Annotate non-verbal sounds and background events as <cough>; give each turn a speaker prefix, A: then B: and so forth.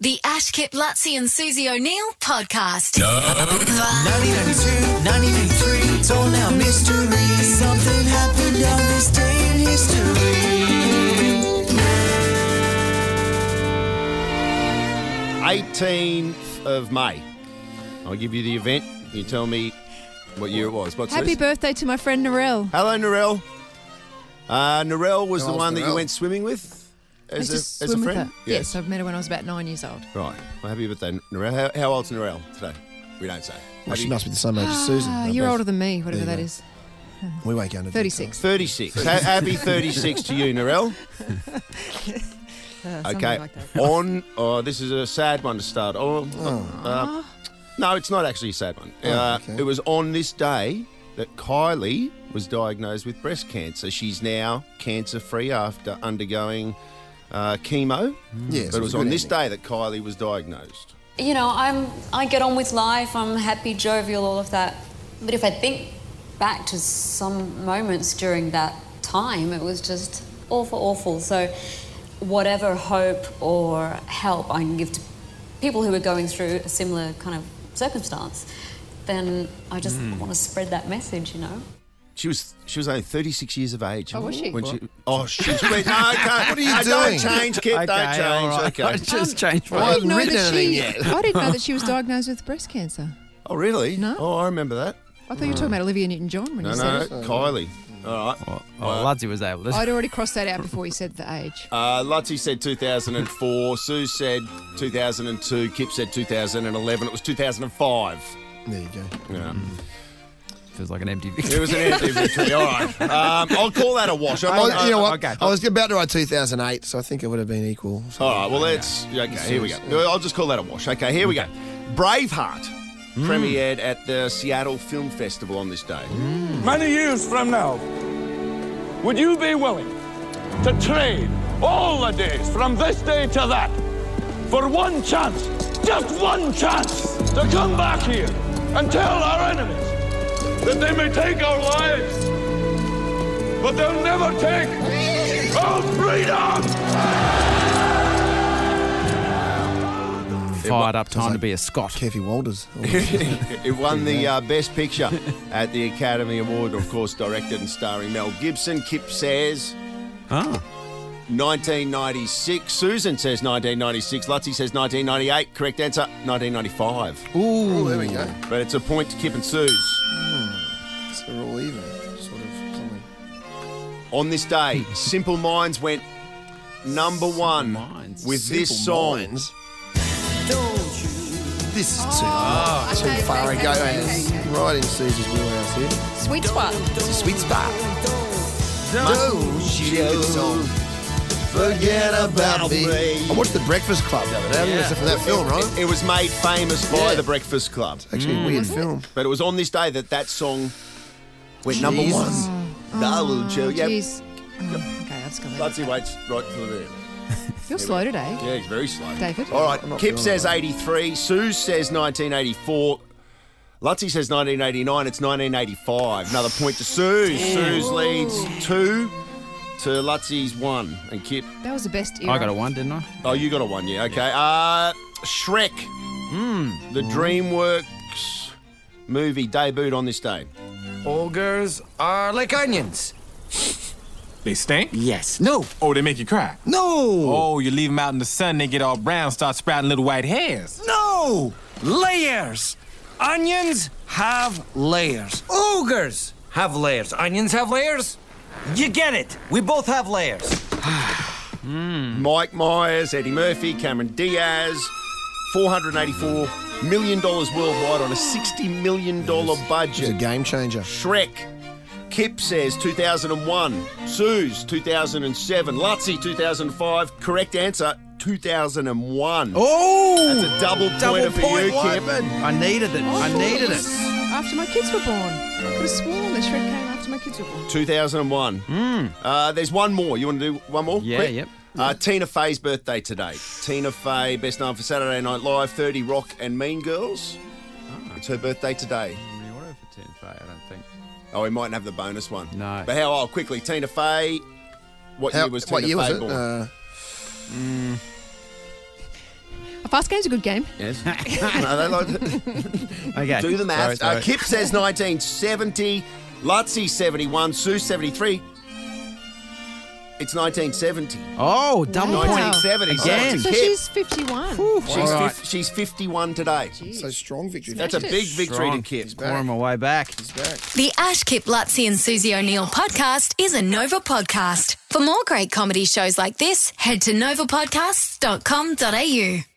A: The Ash Kip Lutzi and Susie O'Neill podcast.
B: 1992, 1993, it's all now mystery. Something happened on this day in history.
C: 18th of May. I'll give you the event. You tell me what year it was. What's
D: Happy
C: this?
D: birthday to my friend Narelle.
C: Hello, Narelle. Uh, Narelle was the
E: Niall's
C: one that you
E: Narelle.
C: went swimming with
D: I
C: as,
D: used
C: a, as
D: to
C: a
D: swim with
C: friend? Oh,
D: her. Yes. I've met her when I was about nine years old.
C: Right. Well, happy birthday, Narelle. How, how old's Narelle today? We don't say.
E: Well, she
C: Happy-
E: must be the same age as Susan.
D: Ah,
E: I
D: you're
E: bet.
D: older than me, whatever
E: There you
D: that
E: go.
D: is.
E: We won't go into
D: 36.
C: 36. Ha- happy 36 to you, Narelle.
D: Uh, something
C: Okay.
D: like that.
C: On. Oh, this is a sad one to start. Oh. uh, no, it's not actually a sad one. uh,
E: okay.
C: It was on this day that Kylie was diagnosed with breast cancer. She's now cancer free after undergoing uh, chemo.
E: Yes,
C: but it was
E: a
C: on
E: good
C: this
E: ending.
C: day that Kylie was diagnosed.
F: you know, I'm I get on with life. I'm happy, jovial, all of that. But if I think back to some moments during that time, it was just awful, awful. So, whatever hope or help I can give to people who are going through a similar kind of circumstance, then I just want to spread that message, you know.
C: She was she was only 36 years of age.
D: Oh, was she?
C: When she oh, she, she went, no, okay, what are you Don't
E: doing?
C: change, kid,
G: Okay,
C: don't
G: all
C: change.
G: right. <laughs>
C: Okay.
G: I
C: Um,
G: just changed my.
E: I
D: I
E: hadn't
D: didn't, know
E: written
D: that
E: anything
D: she, <laughs>
E: yet.
D: I didn't know that she was diagnosed with breast cancer.
C: Oh, really?
D: No.
C: Oh, I remember that.
D: I thought you were talking about Olivia Newton-John when
C: No,
D: you
C: no,
D: said it.
C: Kylie. All right.
G: Oh, Ludsey was able. to
D: I'd already crossed that out before you said the age.
C: Uh, Lutzi said 2004. <laughs> Sue said 2002. Kip said 2011. It was 2005.
E: There you
D: <laughs>
E: go.
C: Yeah.
G: Feels like an empty
C: It was an empty victory. All right. Um, I'll call that a wash. I
D: Oh,
E: I was-
C: don't-
E: Oh, you know what?
G: okay.
E: I was about to write 2008, so I think it would have been equal. So-
C: All right. Well, let's. Okay. Here we go. I'll just call that a wash. Okay. Here we go. Braveheart
E: Hmm.
C: premiered at the Seattle Film Festival on this day.
H: many years from now, would you be willing to trade all the days from this day to that for one chance, just one chance, to come back here and tell our enemies that they may take our lives, but they'll never take our freedom?
G: <laughs> Fired up
E: Sounds
G: time to
E: like
G: be a Scot.
E: Kefi
D: <laughs>
E: Walters. Oh,
C: it won the uh, Best Picture at the Academy Award, of course, directed and starring Mel Gibson. Kip says.
E: Ah.
C: 1996. Susan says 1996. Lutzi says 1998. Correct answer 1995.
E: Oh, there we go.
C: But it's a point to Kip and Suze.
E: So we're all even. Sort of something.
C: On this
E: <laughs>
C: day, Simple Minds went number one
G: Minds.
C: with this
E: Simple
C: song.
E: Minds. This is too, too
D: okay, Oh,
E: far
D: okay,
E: ago.
D: okay,
E: man. This is
D: okay, okay.
E: Right in Caesar's wheelhouse here.
D: Sweet spot.
E: It's a sweet spot. Don't you forget about me. I watched The Breakfast Club the other day. Yeah. That's for that film, right?
D: Mm.
C: It, it was made famous by
E: Yeah.
C: The Breakfast Club.
E: Actually, a weird film.
C: But it was on this day that that song went number
E: Jeez.
C: one. That will chill.
D: Oh,
C: Yep.
D: jeez. Oh, okay, I've just got
C: Lutzi waits right till the end.
D: You're slow today,
C: Yeah, Oh. he's very slow.
D: David.
C: All right,
E: I'm not
C: Kip
E: feeling
C: says
E: it.
C: 83, Sue says 1984, Lutzi says 1989, it's 1985. Another point to Sue. Sue's leads two to Lutzi's one. And Kip,
D: That was the best era.
G: I got a one, didn't I?
C: oh, you got a one, yeah, okay. Uh, Shrek, Hmm, the
E: Hmm.
C: DreamWorks movie debuted on this day.
I: Ogres are like onions.
J: They stink?
I: Yes. No.
J: Oh, they make you cry.
I: No.
J: Oh, you leave them out in the sun, they get all brown, start sprouting little white hairs.
I: No. Layers. Onions have layers. Ogres have layers. Onions have layers. You get it. We both have layers.
C: Mike Myers, Eddie Murphy, Cameron Diaz, $484 million worldwide on a $60 million
E: It's a
C: budget.
E: game changer.
C: Shrek. Kip says 2001. Suze 2007. Lutzi 2005. Correct answer 2001.
G: Oh,
C: That's a double pointer for you, Kip.
G: I needed it. I needed it.
D: After my kids were born. I could have sworn that Shrek came after my kids were born.
C: 2001. Uh, there's one more. You want to do one more?
G: Hmm. Yeah,
C: Quick?
G: yep.
C: Uh, Tina Fey's birthday today. Tina Fey, best known for Saturday Night Live, 30 Rock, and Mean Girls.
G: Ah.
C: It's her birthday today.
G: I don't think.
C: Oh, we mightn't have the bonus one.
G: No.
C: But how old? Quickly, Tina Fey. What
E: How, Uh,
C: year was Uh, Tina
E: what
C: Fey
E: year was it?
C: born?
E: Uh,
D: I Fast Game's a good game.
C: <laughs> Yes. no, they like
G: <laughs> Okay.
C: Do the math.
G: Sorry,
C: Uh,
G: sorry.
C: Kip says 1970, Lutzi 71, Sue 73. It's 1970.
G: Oh, double
D: Wow.
G: point.
C: 1970. so
G: Again.
C: it's a
D: So
C: Kip.
D: she's 51.
C: She's,
G: Oh, All right.
C: fif- she's 51 today.
E: So strong victory.
C: That's a big victory
G: Strong.
C: to Kip.
G: Pour him away back.
A: The Ash Kip Lutzi and Susie O'Neill podcast is a Nova podcast. For more great comedy shows like this, head to novapodcasts.com.au.